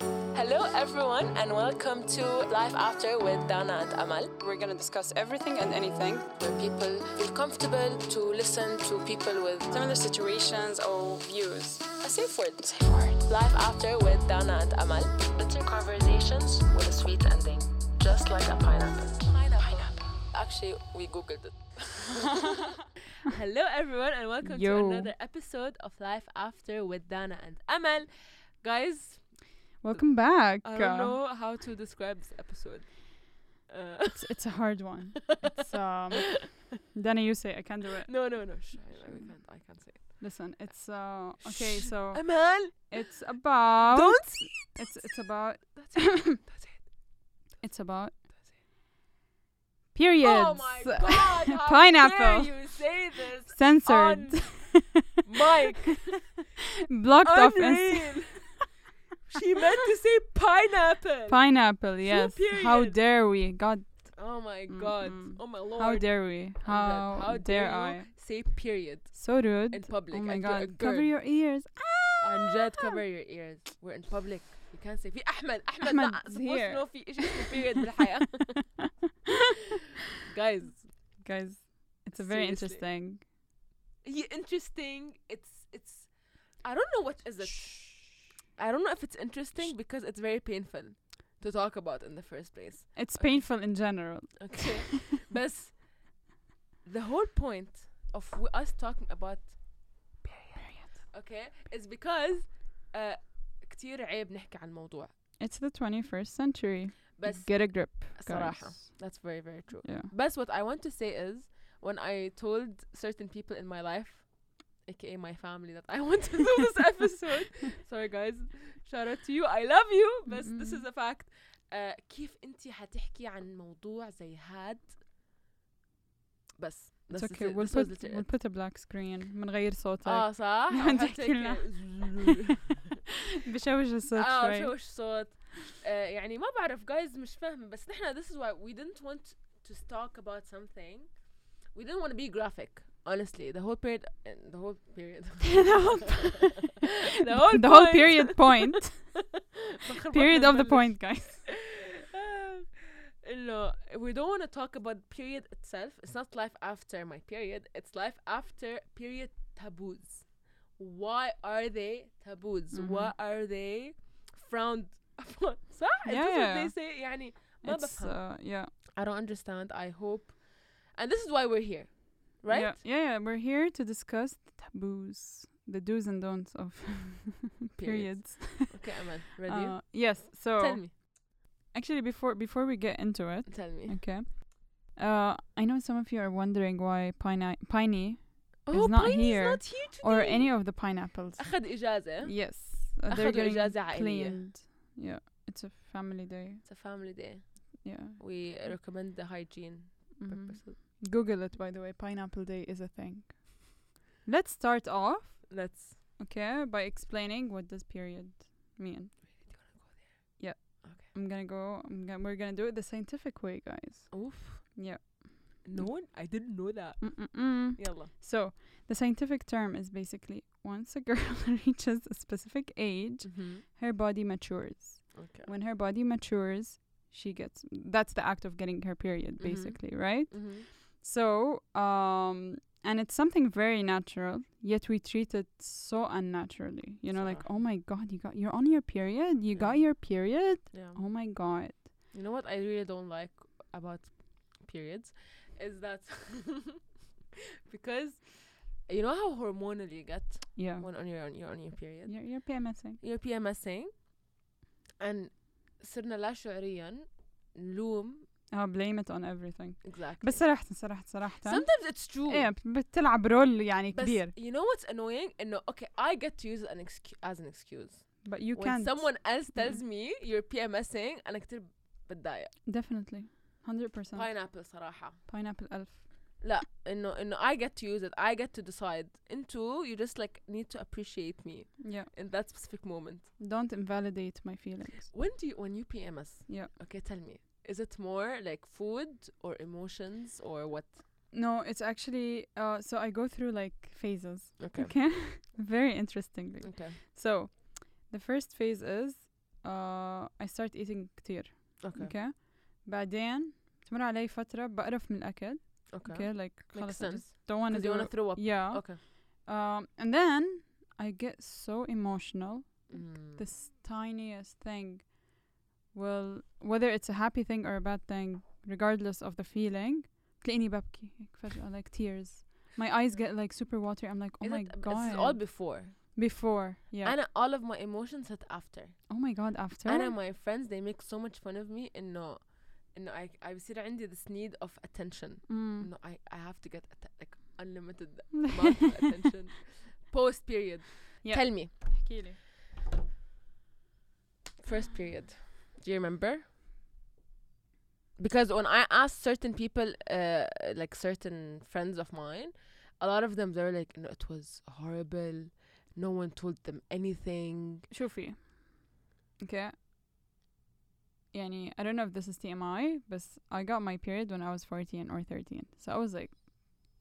Hello, everyone, and welcome to Life After with Dana and Amal, We're going to discuss everything and anything, where people feel comfortable to listen to people with similar situations or views. a safe word. Safe word. Life After with Dana and Amal. Bitter conversations with a sweet ending, just like a pineapple. Pineapple. Actually, we googled it. Hello, everyone, and welcome to Yo. another episode of Life After with Dana and Amal. Guys, Welcome back. I don't know how to describe this episode. Uh, It's, it's a hard one. It's, um, Dana, you say I can't do it. no, no, no. Sh- I, I can't. I can't say it. Listen, it's uh, okay. So Amal, it's about don't. it's it's about That's it. That's it. it's about That's it. periods. Oh my god! How Pineapple. Dare you say this? Censored. Mike, Blocked off. Inst- unreal. she meant to say pineapple. pineapple. Yes. How period. dare we? God. oh my god! Mm-mm. Oh my lord! How dare we? I'm How, dead. How dare, you I? say period So rude. in public? Oh my and you're a god. Cover girl. your ears. Anjad, Ah! cover your ears. We're in public. You can't say في احمد احمد أحمد لا is supposed to here. know في شيء اسمه period بالحياه. Guys, Guys, it's a very Seriously. interesting. yeah, interesting. It's it's I don't know what is it. I don't know if it's interesting because it's very painful to talk about in the first place. It's painful in general. Okay. but the whole point of w- us talking about okay is because uh, كتير عيب نحكي عن الموضوع It's the 21st century. بس Get a grip. صراحة guys. that's very very true Yeah. But what I want to say is, when I told certain people in my life, aka my family, that I want to do this episode, sorry guys, shout out to you, I love you, but this Mm-hmm. is a fact. Uh, كيف انت حتحكي عن موضوع زي هاد بس It's this is okay. it. We'll This was Ah. put, literally we'll it. put a black screen. بنغير صوتك. اه صح نحكي لنا. وحتك- بشوش الصوت اه شوي. شوش صوت آه يعني ما بعرف guys مش فاهمة بس نحن this is why we didn't want to talk about something we didn't want to be graphic honestly the whole period the whole period The whole- the whole, the whole point. period point. بخربطنا period of the نبلش. point, guys. آه، انه we don't want to talk about period itself it's not life after my period it's life after period taboos why are they taboos Mhm. why are they frowned upon صح Is this what Yeah. they say يعني ما It's, بفهم uh, yeah. I don't understand I hope and this is why we're here right Yeah. yeah, yeah. We're here to discuss the taboos, the do's and don'ts of periods. okay Aman ready Uh, yes. tell So me actually, before before we get into it, tell me okay. Uh, I know some of you are wondering why Piney, Piney oh not Piney's here. not here today or any of the pineapples. أخذ إجازة Yes. Uh, they're أخذوا getting إجازة عائلية cleaned. Yeah, it's a family day. It's a family day. Yeah. We recommend the hygiene Mhm. purposes. Google it, by the way. Pineapple Day is a thing. Let's start off, Let's. okay, by explaining what does period mean. I'm gonna go. I'm gonna, we're gonna do it the scientific way, guys. Oof. Yeah. No one. I didn't know that. Mm-mm-mm. يلا. So the scientific term is basically once a girl reaches a specific age, Mm-hmm. her body matures. Okay. When her body matures, she gets. That's the act of getting her period, Mhm. basically, right? Mm-hmm. So, um, and it's something very natural, yet we treat it so unnaturally. You know, like, صراحة. oh my god, you got you're on your period, you got Yeah. Mm-hmm. your period. Yeah. Oh my god. You know what I really don't like about periods is that because you know how hormonal you get Yeah. when on your on your on your period. You're you're PMSing. You're PMSing, and صرنا لا شعوريا نلوم I'll blame it on everything. exactly. بس صراحة صراحة صراحة sometimes it's true. ايه بتلعب رول يعني But كبير. you know what's annoying? And no, okay, I get to use it an excu- as an excuse. But you when can't someone else tells me you're PMSing أنا كتير بتضايق. definitely. 100% pineapple صراحة. pineapple elf. لا إنه إنه I get to use it. I get to decide. انتو you just like need to appreciate me Yeah. in that specific moment. Don't invalidate my feelings. When do you when you PMS? Yeah. Okay, tell me. Is it more like food or emotions or what? No, it's actually uh so I go through like phases. Okay. Okay. Very interestingly. Okay. So, the first phase is uh, I start eating كتير Okay. اوكي بعدين تمر علي فترة بقرف من الأكل Okay. اوكي like Makes خلص I sense. just don't wanna Because you do want to throw up. yeah Okay. um, and then I get so emotional Mm. this tiniest thing will whether it's a happy thing or a bad thing regardless of the feeling تلاقيني ببكي هيك فجأة like tears my eyes get like super watery I'm like oh Is my it- god This is all before. before yeah And all of my emotions hit after. oh my god after انا my friends they make so much fun of me انه انه I, I بصير عندي this need of attention mm. انه I, I have to get atta- like unlimited amount of attention post period Yeah. tell me احكيلي first period do you remember because when I asked certain people uh, like certain friends of mine a lot of them they were like no it was horrible no one told them anything شوفي okay يعني I don't know if this is TMI بس I got my period when I was 14 or 13 so I was like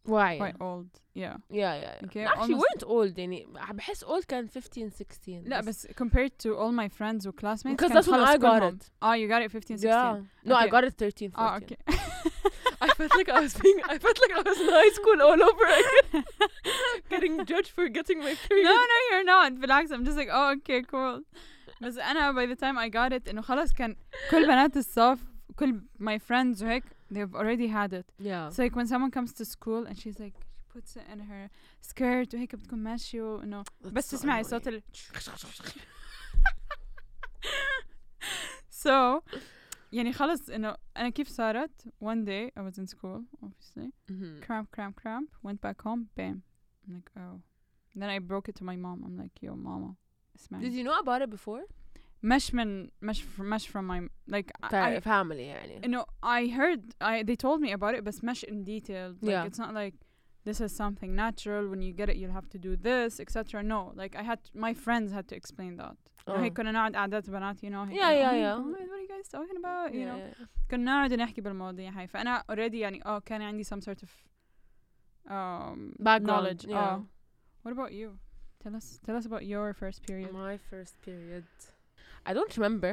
why quite old yeah yeah yeah, yeah. Okay, actually almost- weren't old يعني بحس old كان 15 16 لا بس compared to all my friends وclassmates Because كان that's when خلص I got كلهم. it. اه Oh, you got it 15 16 Yeah. No, I Okay. got it 13, 14. اه اوكي Ah, I felt like I was being, I felt like I was in high school all over again. getting judged for getting my period. no no you're not بالعكس I'm just like oh okay cool بس انا by the time I got it انه خلاص كان كل بنات الصف كل my friends وهيك they've already had it Yeah. It's like when someone comes to school and she's like she puts it in her skirt وهيك بتكون ماشية وانه That's بس so تسمعي annoying. صوت ال so يعني خلص انه انا كيف صارت one day I was in school obviously Mhm. cramp cramp cramp went back home bam I'm like oh then I broke it to my mom I'm like yo mama Did اسمعي you know about it before? مش من مش f- مش from my like I- I, تعرف family يعني. No, I heard I they told me about it, but mesh in detail. Like Yeah. it's not like this is something natural. When you get it, you'll have to do this, etc. No, like I had my friends had to explain that. Oh. هيك كنا نقعد قعدات بنات you know هيك Yeah, إنه, yeah, oh yeah. my God, what are you guys talking about you Yeah, know yeah. كنا نقعد نحكي بالمواضيع هاي فأنا already يعني oh كان عندي some sort of um Background, knowledge yeah. آه. what about you tell us tell us about your first period My first period. I don't remember.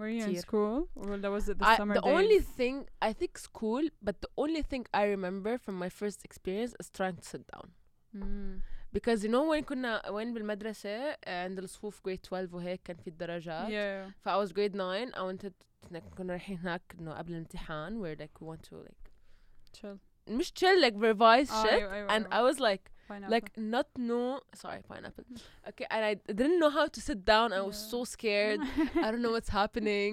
were you in كتير. school or was it the I, summer the days only thing I think school, but the only thing I remember from my first experience is trying to sit down. Mm. Because you know when كنا وين بالمدرسة uh, عند الصفوف grade 12 وهيك كان في الدرجات. yeah ف I was grade 9 I wanted like, كنا رايحين هناك انه قبل الامتحان where like we want to like chill Oh, مش chill like revise آه، shit أيوة، أيوة، and أيوة. I was like Pineapple. like not know sorry pineapple okay and I didn't know how to sit down I was Yeah. so scared I don't know what's happening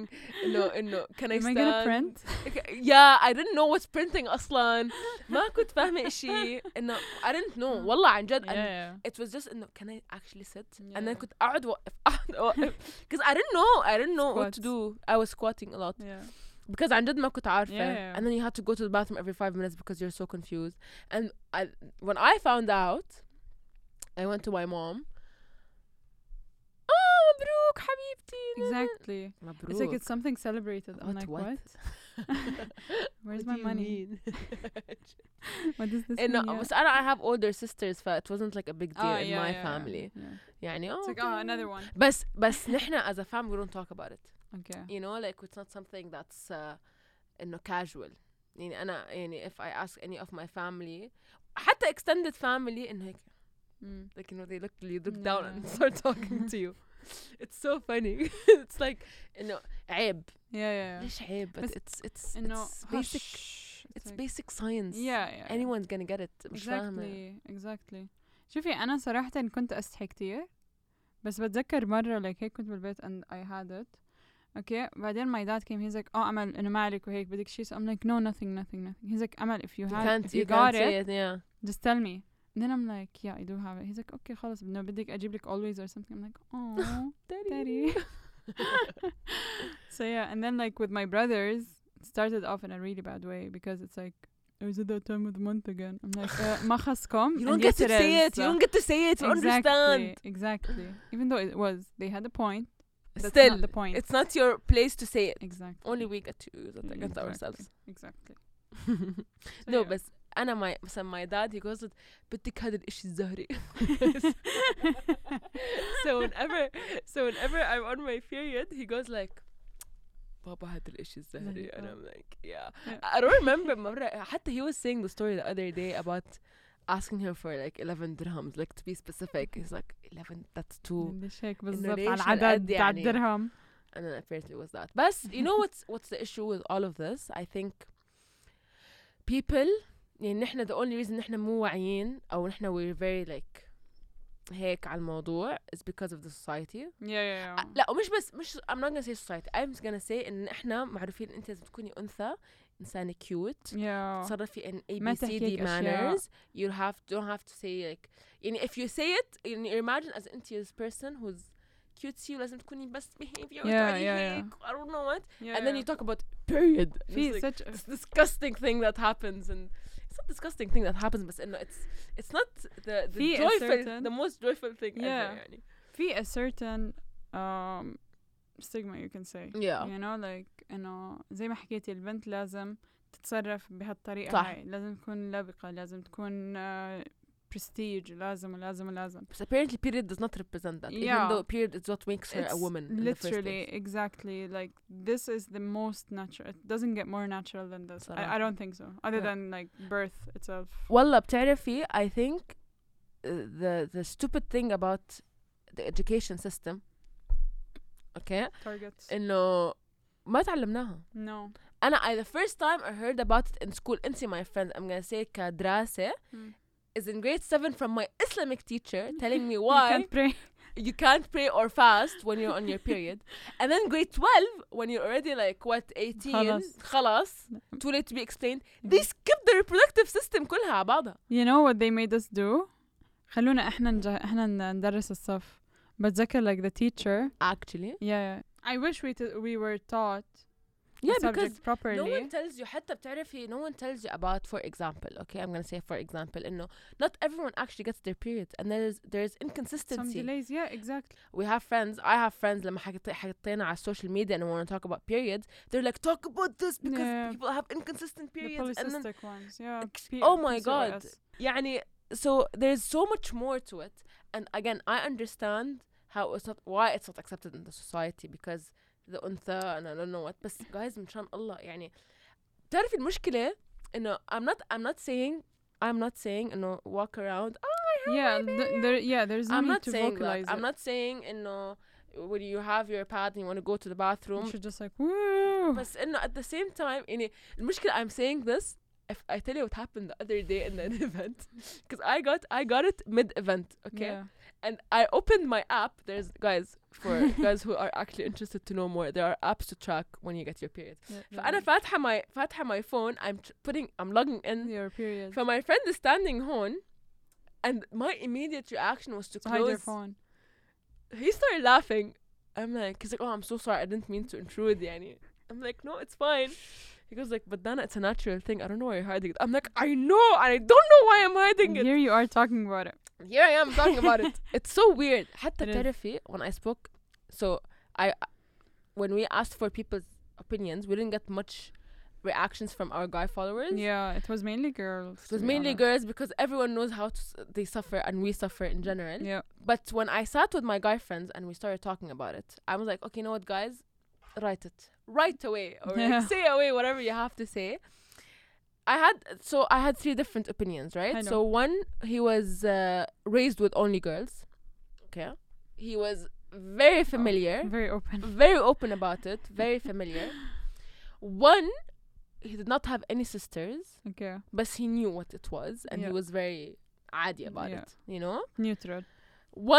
no no can I Am I stand gonna print? Okay, yeah I didn't know what's printing اصلا ما كنت فاهمة اشي انه I didn't know والله عن جد أنا- Mm-hmm. yeah. it was just انه can I actually sit and Yeah. then كنت اقعد اوقف اقعد اوقف because I didn't know I didn't know what to Squats. do I was squatting a lot Yeah. because عن جد ما كنت عارفة Yeah. and then you had to go to the bathroom every five minutes because you're so confused and I, when I found out I went to my mom "Ah, اه مبروك حبيبتي Exactly. مبروك It's like it's something celebrated. I'm What- like, what? what? Where's What my do you money? mean? What does this انه mean? Yeah. بس انا uh, I have older sisters ف it wasn't like a big deal Ah, in yeah, my yeah, yeah. family Yeah. يعني It's oh, like, okay. oh, another one. بس بس نحن as a family we don't talk about it Okay. you know like it's not something that's uh, انه casual يعني انا يعني if I ask any of my family حتى extended family انه هيك Mm. like you know they look you look down and Yeah. start talking to you it's so funny it's like انه عيب Yeah, yeah. yeah. ليش عيب but بس it's it's إنه it's basic hush. it's like- basic science Yeah, yeah. yeah. anyone's gonna get it مش فاهمة Exactly. Exactly. شوفي أنا صراحة كنت أستحي كتير بس بتذكر مرة like هيك كنت بالبيت and I had it. Okay. بعدين my dad came he's like oh أمل إنه ما عليك وهيك بدك شيء so I'm like no nothing nothing nothing. He's like أمل if you you had can't if you, you got can't it say it yeah just tell me. And then I'm like, yeah, I do have it. He's like, okay, خلاص, no, بدك أجيب لك always or something. I'm like, oh, daddy. so yeah, and then like with my brothers, it started off in a really bad way because it's like, oh, is it that time of the month again? I'm like, uh, ما خصكم. you and don't get to yes, say is. it you don't get to say it you understand Exactly, exactly. Even though it was, they had a point. That's still not the point. it's not your place to say it exactly. only we get to use it against Mm, Exactly. ourselves Exactly. So, no yeah. but انا ماي مثلا ماي داد هي جوز بدك هذا الاشي الزهري so whenever so whenever I'm on my period he goes like بابا هذا الاشي الزهري and I'm like yeah I don't remember مرة حتى he was saying the story the other day about asking him for like 11 dirhams like to be specific he's like 11 that's too مش هيك بالضبط على ليش العدد هالقد على يعني؟ الدرهم and then apparently it was that but you know what's what's the issue with all of this I think people يعني نحن the only reason نحن مو واعيين أو نحن we're very like هيك على الموضوع is because of the society يا يا أ- لا ومش بس مش I'm not gonna say society I'm just gonna say إن إحنا معروفين أنت لازم تكوني أنثى إنسانة cute يا تصرفي in A ما B C D تحكيك أشياء. manners you have don't have to say like يعني if you say it يعني imagine as أنت this person who's cutesy لازم تكوني بس behavior Yeah, وتعملي yeah, هيك I don't know what يا and then you talk about period And في it's like, such this disgusting thing that happens and it's not disgusting thing that happens بس إنه it's it's not the the في a joyful certain- the most joyful thing ever Yeah. يعني في a certain um, stigma you can say Yeah. you know like انه زي ما حكيتي البنت لازم تتصرف بهالطريقة صح. هاي لازم تكون لبقة لازم تكون برستيج لازم ولازم ولازم But apparently, period does not represent that. Yeah. Even though period is what makes her a woman. in the first literally place. exactly like this is the most natural it doesn't get more natural than this I, صراحة. I don't think so other Yeah. than like birth itself والله بتعرفي I think uh, the the stupid thing about the education system. Okay. targets إنه ما تعلمناها. no أنا I the first time I heard about it in school. أنت my friend I'm gonna say كدراسة Mm. is in grade seven from my Islamic teacher telling me you why can't pray you can't pray or fast when you're on your period and then grade 12 when you're already like what 18 خلاص. Mm-hmm. خلاص too late to be explained they skip the reproductive system كلها على بعضها You know what they made us do? خلونا احنا نج- احنا ن- ندرس الصف. بتذكر like the teacher. actually Yeah. yeah. I wish we t- we were taught yeah the because subject properly. no one tells you حتى بتعرفي no one tells you about for example okay I'm gonna say for example إنه not everyone actually gets their period and there's there's Some inconsistency delays. Yeah, exactly. we have friends I have friends لما حكيت حكينا على السوشيال ميديا and we want to talk about periods they're like talk about this because Yeah. people have inconsistent The periods and then polycystic ones. Yeah. Ex- oh my God. PCOS. يعني so there's so much more to it and again I understand how it's not why it's not accepted in the society because the أنثى and I don't know what بس guys من شان الله يعني بتعرفي المشكلة إنه I'm not I'm not saying I'm not saying إنه walk around oh, I have Yeah, my th- there, yeah, there's no I'm need not to saying that vocalize I'm it. not saying إنه when you have your pad and you want to go to the bathroom you should just like, woo. بس انه at the same time يعني المشكلة I'm saying this if I tell you what happened the other day in an event because I got I got it mid event okay Yeah. and I opened my app there's guys for guys who are actually interested to know more there are apps to track when you get your period yeah, yeah, فأنا فاتحة my فاتحة my phone I'm tr- putting I'm logging yeah. in your period. for my friend is standing on and my immediate reaction was to So hide your close phone. he started laughing. I'm like, he's like, oh, I'm so sorry. I didn't mean to intrude. Yani. I'm like, no, it's fine. He goes like, but Dana, it's a natural thing. I don't know why you're hiding it. I'm like, I know, and I don't know why I'm hiding it. Here you are talking about it. Here I am talking about it. It's so weird. حتى It is. تعرفي when I spoke, so I, when we asked for people's opinions, we didn't get much reactions from our guy followers. Yeah, it was mainly girls. It was to be mainly honest. girls because everyone knows how to s- they suffer and we suffer in general. Yeah. But when I sat with my guy friends and we started talking about it, I was like, okay, you know what, guys? Write it right away or Yeah. like, say away whatever you have to say. I had so I had three different opinions, I right? know. So one, he was uh, raised with only girls. Okay, he was Oh. very familiar, Very open. very open about it, very familiar. One, he did not have any sisters, Okay. but he knew what it was, and Yeah. he was very adi about Yeah. it. You know. Neutral.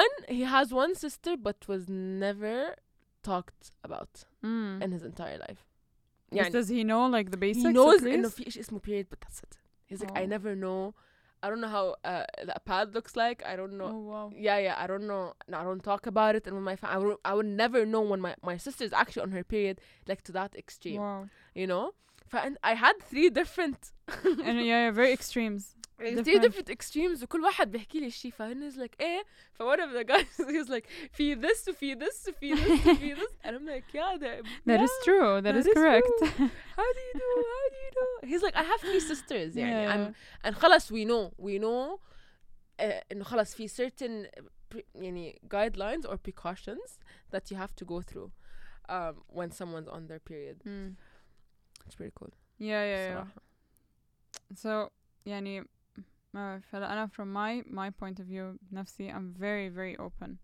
One, he has one sister, but was never talked about Mm. in his entire life. Yes, يعني does he know like the basics? he knows at إنه least? في إشي اسمه period, but that's it. He's like, I Oh. never know. I don't know how uh, a pad looks like. I don't know. Oh wow. Yeah, yeah. I don't know. No, I don't talk about it. And when my fa- I would, I would never know when my my sister's actually on her period, like to that extreme. Wow. You know. And I had three different and yeah, yeah, very extremes. three different. different extremes وكل واحد بيحكي لي شيء فهن is like ايه ف one of the guys he was like في this وفي this وفي this وفي this and I'm like yeah that, That is yeah, true. that that is, is correct. true. how do you do how do you do he's like I have three sisters يعني Yeah. I'm and خلاص we know we know uh, انه خلاص في certain pre- يعني guidelines or precautions that you have to go through um, when someone's on their period Mm. it's pretty cool Yeah, yeah, yeah. صراحة. So يعني ما بعرف هلا أنا from my my point of view نفسي I'm very very open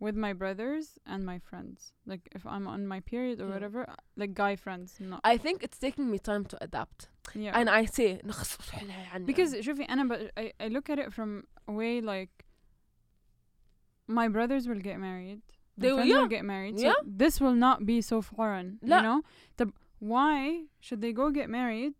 with my brothers and my friends. Like if I'm on my period or Yeah. whatever, uh, like guy friends, not I think it's taking me time to adapt yeah. and I say نخص يعني because شوفي أنا ب- I I look at it from a way like my brothers will get married. my They will- friends yeah. get married. Yeah. So this will not be so foreign. لا. You know? طب why should they go get married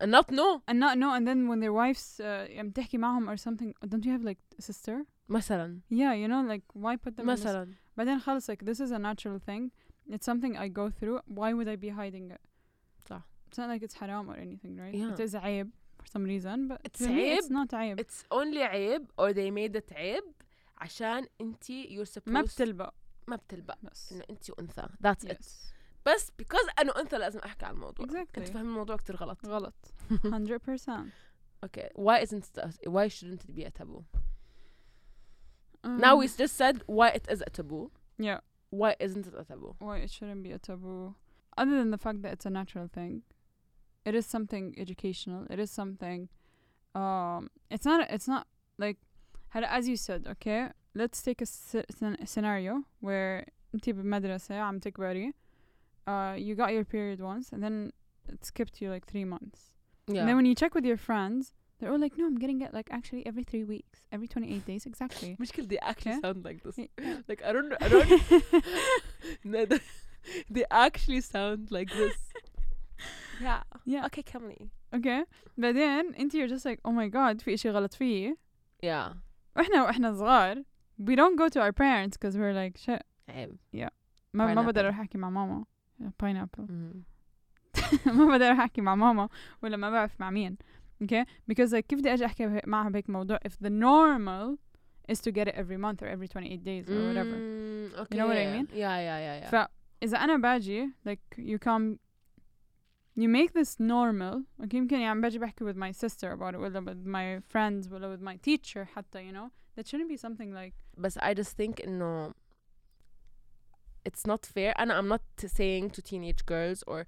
and not know and not know and then when their wives uh, عم تحكي معهم or something don't you have like a sister مثلا yeah you know like why put them in this- مثلا but then خلص like this is a natural thing it's something I go through why would I be hiding it صح. it's not like it's haram or anything right Yeah. it is عيب for some reason but It's to me it's عيب. not عيب it's only عيب or they made it عيب عشان انت you're supposed ما بتلبق ما بتلبق بس انه انت انثى that's it yes بس because انا انثى لازم احكي عن الموضوع انت exactly فاهم الموضوع كتير غلط غلط Hmm. 100% Okay, why isn't it, why shouldn't it be a taboo? Hmm. Now we Um, just said why it is a taboo. yeah Why isn't it a taboo? why it shouldn't be a taboo other than the fact that it's a natural thing it is something educational it is something um it's not it's not like هلا as you said okay let's take a sce- scen- scenario where انتي بمدرسة عم تكبري uh you got your period once and then it skipped you like three months and then when you check with your friends they're all like no I'm getting it like actually every three weeks every 28 days exactly مشكلة they actually Yeah. sound like this. إيه؟ Yeah. Like I don't I don't no, they- they actually sound like this. Yeah. yeah Okay, Kamli. okay بعدين انتي you're just like oh my god في اشي غلط فيي Yeah. واحنا واحنا صغار we don't go to our parents because we're like shit عيب. ما, ما Pineapple. بقدر اروح احكي مع ماما pineapple ما بقدر اروح احكي مع ماما ولا ما بعرف مع مين okay because like كيف بدي اجي احكي به- معها بهيك موضوع if the normal is to get it every month or every 28 days or whatever Mm, okay. know what I yeah, yeah. mean? Yeah, yeah, yeah, yeah. فاذا انا باجي like you come you make this normal okay يمكن يعني باجي بحكي with my sister about it ولا with my friends ولا with my teacher حتى you know that shouldn't be something like بس I just think انه it's not fair انا I'm not saying to teenage girls or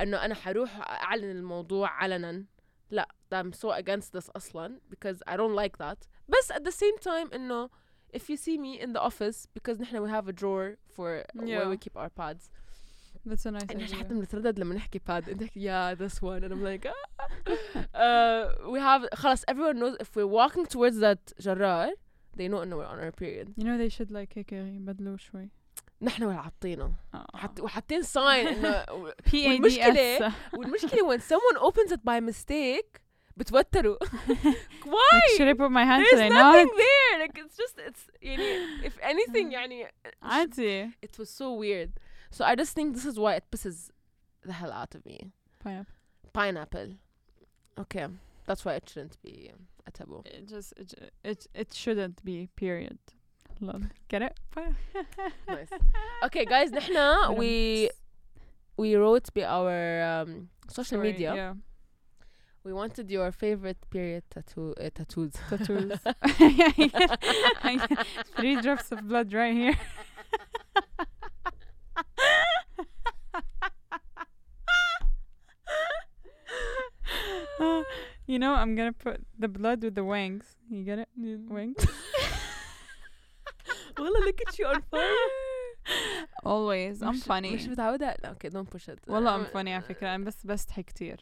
انه انا حروح اعلن الموضوع علنا لا I'm so against this اصلا because I don't like that بس at the same time انه if you see me in the office because نحن we have a drawer for where Yeah. we keep our pads that's a nice انا idea حتى بنتردد لما نحكي pad انت yeah this one and I'm like ah. uh, we have خلاص everyone knows if we're walking towards that جرار they know انه we're on our period You know they should like هيك يبدلوا شوي. نحن ولا حاطينه حتى حط وحاطين ساين انه بي والمشكلة- والمشكله when someone opens it by mistake بتوتروا why should I put my hand there's today? nothing No, there like it's just it's يعني if anything يعني عادي. it was so weird so I just think this is why it pisses the hell out of me Pineapple. pineapple okay that's why it shouldn't be a taboo It just it ju- it it shouldn't be period. Lol. Get it? nice okay guys نحن we we wrote by our um, social Sorry, media Yeah. we wanted your favorite period tattoo uh, tattoos Tattoos. I get Three drops of blood right here. Uh, you know, I'm gonna put the blood with the wings. You get it? Wings? والله look at you on fire. Always. I'm مش- مش funny. متعودة لا okay don't push it. Um, والله I'm funny على فكرة. أنا بس بستحي كتير.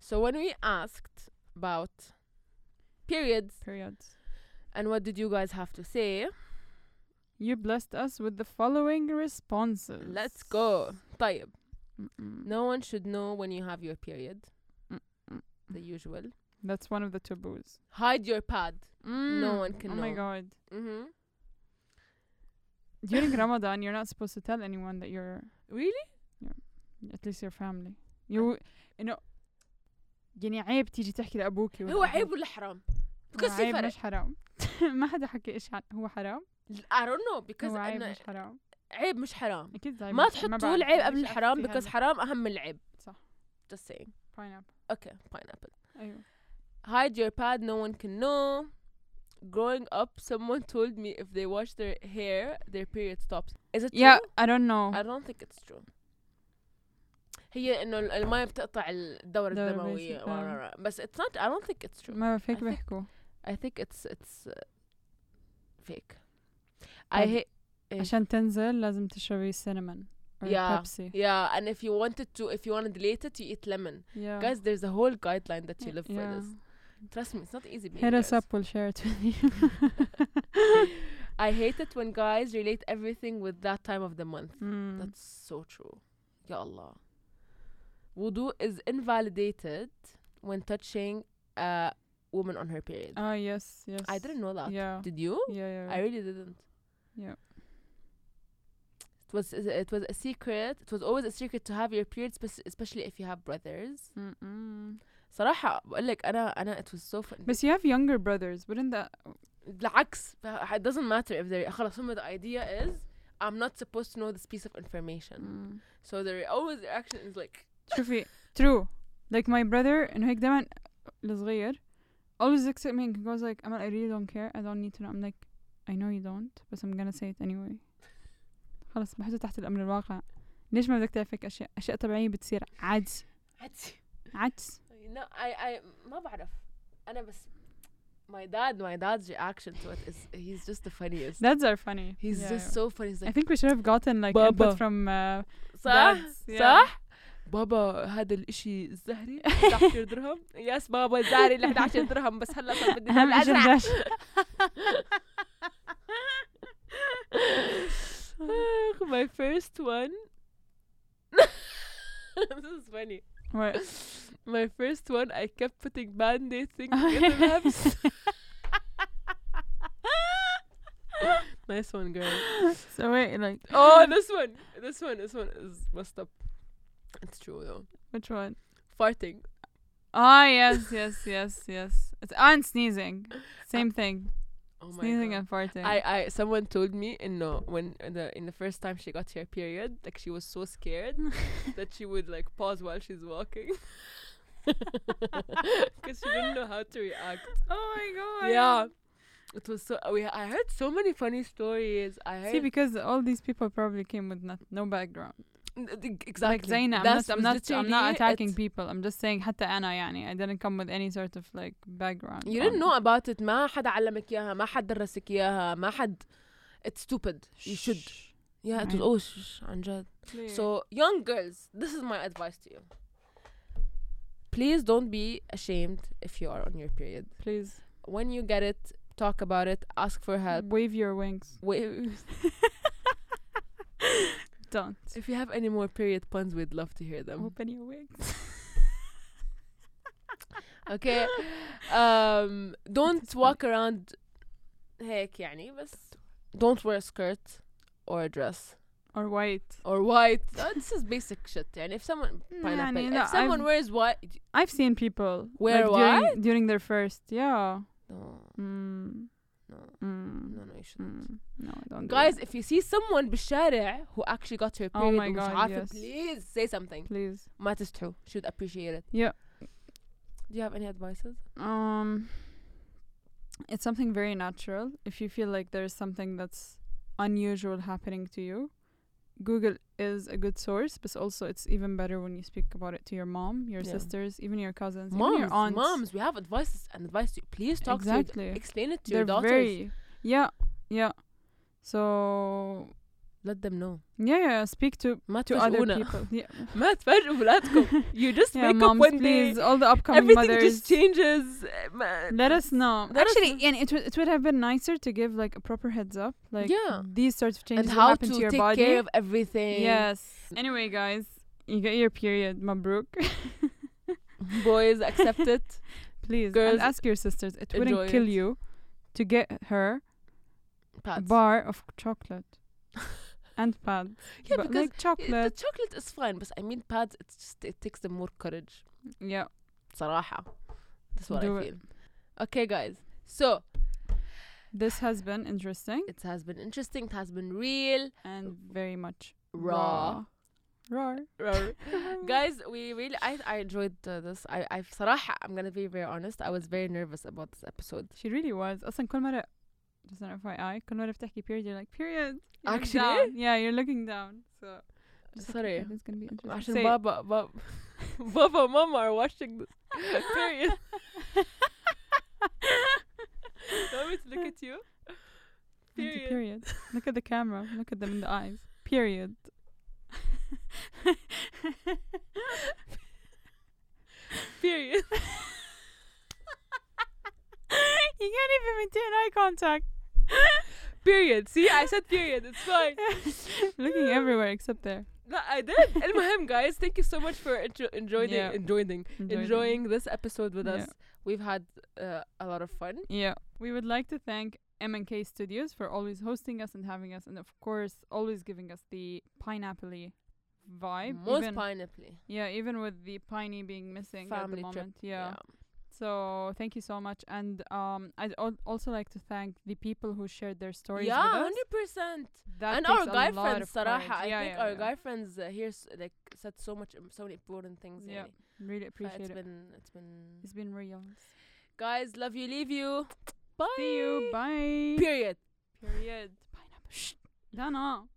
So when we asked about periods Periods. and what did you guys have to say? You blessed us with the following responses. Let's go. طيب Mm-mm. no one should know when you have your period. Mm-mm. The usual. That's one of the taboos. Hide your pad. Mm. one can Oh my know. god. Mm-hmm. During Ramadan, you're not supposed to tell anyone that you're Really? at least your family. You إنه يعني عيب تيجي تحكي لأبوك ولا هو عيب أهلك. ولا حرام؟ هو Because في عيب فرق. مش حرام. ما حدا حكى إيش ح- هو حرام. I don't know because هو عيب إنه مش حرام. عيب مش حرام. أكيد عيب ما مش- تحطوا بعرف. العيب قبل مش عارفة الحرام فيها because حرام أهم من العيب. صح. just saying. pineapple Okay, pineapple. ايوه Hide your pad, no one can know. Growing up, someone told me if they wash their hair, their period stops. Is it yeah true? I don't know I don't think it's true. هي انه ال- المايه بتقطع الدورة الدورة الدموية basically. ورا- ورا. بس it's not I don't think it's true. ما I فيك think- بيحكوا I think it's it's uh, fake. I طب- hate إيه. عشان تنزل لازم تشربي cinnamon or Yeah. Pepsi yeah, and if you wanted to if you want to delete it, you eat lemon. yeah Guys, there's a whole guideline that you live for Yeah. this. Trust me, it's not easy. being hit us guys. up we'll share it with you I hate it when guys relate everything with that time of the month. Mm. That's so true. Ya Allah. Wudu is invalidated when touching a woman on her period. oh yes yes I didn't know that. yeah Did you? yeah yeah I really didn't. Yeah. It was it was a secret. It was always a secret to have your period, spec- especially if you have brothers. Mm-mm. صراحة بقول لك أنا أنا it was so fun. But you have younger brothers, wouldn't that? بالعكس it doesn't matter if they خلاص هم the idea is I'm not supposed to know this piece of information. Mm. So their always their action is like شوفي true. Like my brother, and هيك دايما الصغير always looks at me and goes like, Amal, I really don't care. I don't need to know. I'm like, I know you don't, but I'm gonna say it anyway. خلص بحطه تحت الأمر الواقع. ليش ما بدك تعرفك أشياء؟ أشياء طبيعية بتصير عادي عادي. عادي. no I I ما بعرف أنا بس my dad my dad's reaction to it is he's just the funniest. That's are funny. He's Yeah. just so funny. He's I like think we should have gotten like Baba. input from uh, صح dads. Yeah. صح بابا هذا الاشي الزهري 11 درهم يس بابا الزهري اللي 11 درهم بس هلا صار بدي أهم إشي الازرق الدش. Ugh, my first one. this is funny. What? My first one, I kept putting band aid thinking it helps. nice one, girl. So wait, like Oh, this one. This one. This one is messed up. It's true, though. which one? Farting. Ah yes, yes, yes, yes. It's ah, and sneezing. Same thing. Oh my sneezing god. and farting. I, I someone told me in no when in the in the first time she got her period like she was so scared that she would like pause while she's walking because she didn't know how to react oh my god. yeah it was so we I heard so many funny stories I heard See, because all these people probably came with not, no background. N- th- exactly Like Zaina, I'm That's not, I'm not, I'm not literally attacking it. people. I'm just saying, حتى أنا يعني, I didn't come with any sort of like background. Um, you didn't on- know about it ما حد علمك اياها ما حد درسك اياها ما حد it's stupid you should Shh. yeah it was Right. oh shh, عن جد So, young girls, this is my advice to you. Please don't be ashamed if you are on your period. please When you get it, talk about it, ask for help. wave your wings. Wait, Don't if you have any more period puns, we'd love to hear them. open your wings. Oh. Okay. Um, don't walk around هيك يعني بس don't wear a skirt or a dress Or white. or white. Mm, Uh, this is basic shit. And if someone pineapple, يعني لا, if someone I've- wears white, I've seen people Wear like, during, during their first. Yeah. no, Mm, no, mm, no, no, you shouldn't. mm. No, I don't. do guys that. if you see someone بالشارع who actually got her Oh period my ومش God, عارفة, yes. please say something please. ما تستحوا should appreciate it Yeah. do you have any advices Um, it's something very natural. If you feel like there's something that's unusual happening to you, Google is a good source, but also it's even better when you speak about it to your mom, your Yeah. sisters, even your cousins, even moms your aunts. moms we have advices and advice to please talk to Exactly. your, explain it to They're your daughters very yeah, yeah. So let them know yeah, yeah. Speak to ما to other تفاجئونا people. Yeah, ما تفاجئوا ولادكم you just yeah wake up moms, one please. day All the upcoming everything mothers. just changes ما- Let us know. Let us Actually, know. and it would it would have been nicer to give like a proper heads up, like Yeah. these sorts of changes and will how happen to, to, your take body. care of everything yes. Anyway, guys, you get your period, Mabruk. boys accept it Please, Girls, and ask your sisters. It enjoy wouldn't kill it. you to get her a Pats. bar of chocolate and pads, yeah but because like the chocolate. chocolate is fine but I mean pads it's just it takes them more courage Yeah. صراحة That's what Do I it. feel. Okay guys. So This has been interesting it has been interesting, it has been real, and very much raw, roar guys we really I, I enjoyed uh, this I I صراحة I'm gonna be very honest I was very nervous about this episode she really was اصلا كل مرة just an FYI كل مرة بتحكي period you're like period you look Actually? down. yeah you're looking down so just like, Sorry. okay, it's gonna be interesting عشان Say it. بابا بابا بابا ماما are watching this period Don't me to look at you Auntie, Period. period. Look at the camera. Look at them in the eyes. Period. period you can't even maintain eye contact. period see I said period it's fine Looking everywhere except there. لا I did المهم guys thank you so much for enjo- enjoying Yeah. enjoying Enjoy them. enjoying this episode with Yeah. us we've had uh, a lot of fun Yeah. We would like to thank M&K Studios for always hosting us and having us, and of course, always giving us the pineapple vibe. most even, pineapple yeah, even with the piney being missing at the Family trip, moment. yeah. So thank you so much, and um, I'd al- also like to thank the people who shared their stories. yeah with us. hundred percent That and takes our a guy lot friends of صراحة I courage. Yeah, think yeah, our yeah. guy friends uh, here s- like said so much um, so many important things Yeah, يعني. really فا appreciate it's it. been it's been It's been real. guys love you leave you bye See you. Bye. period Period. Pineapple. Shh. Dana.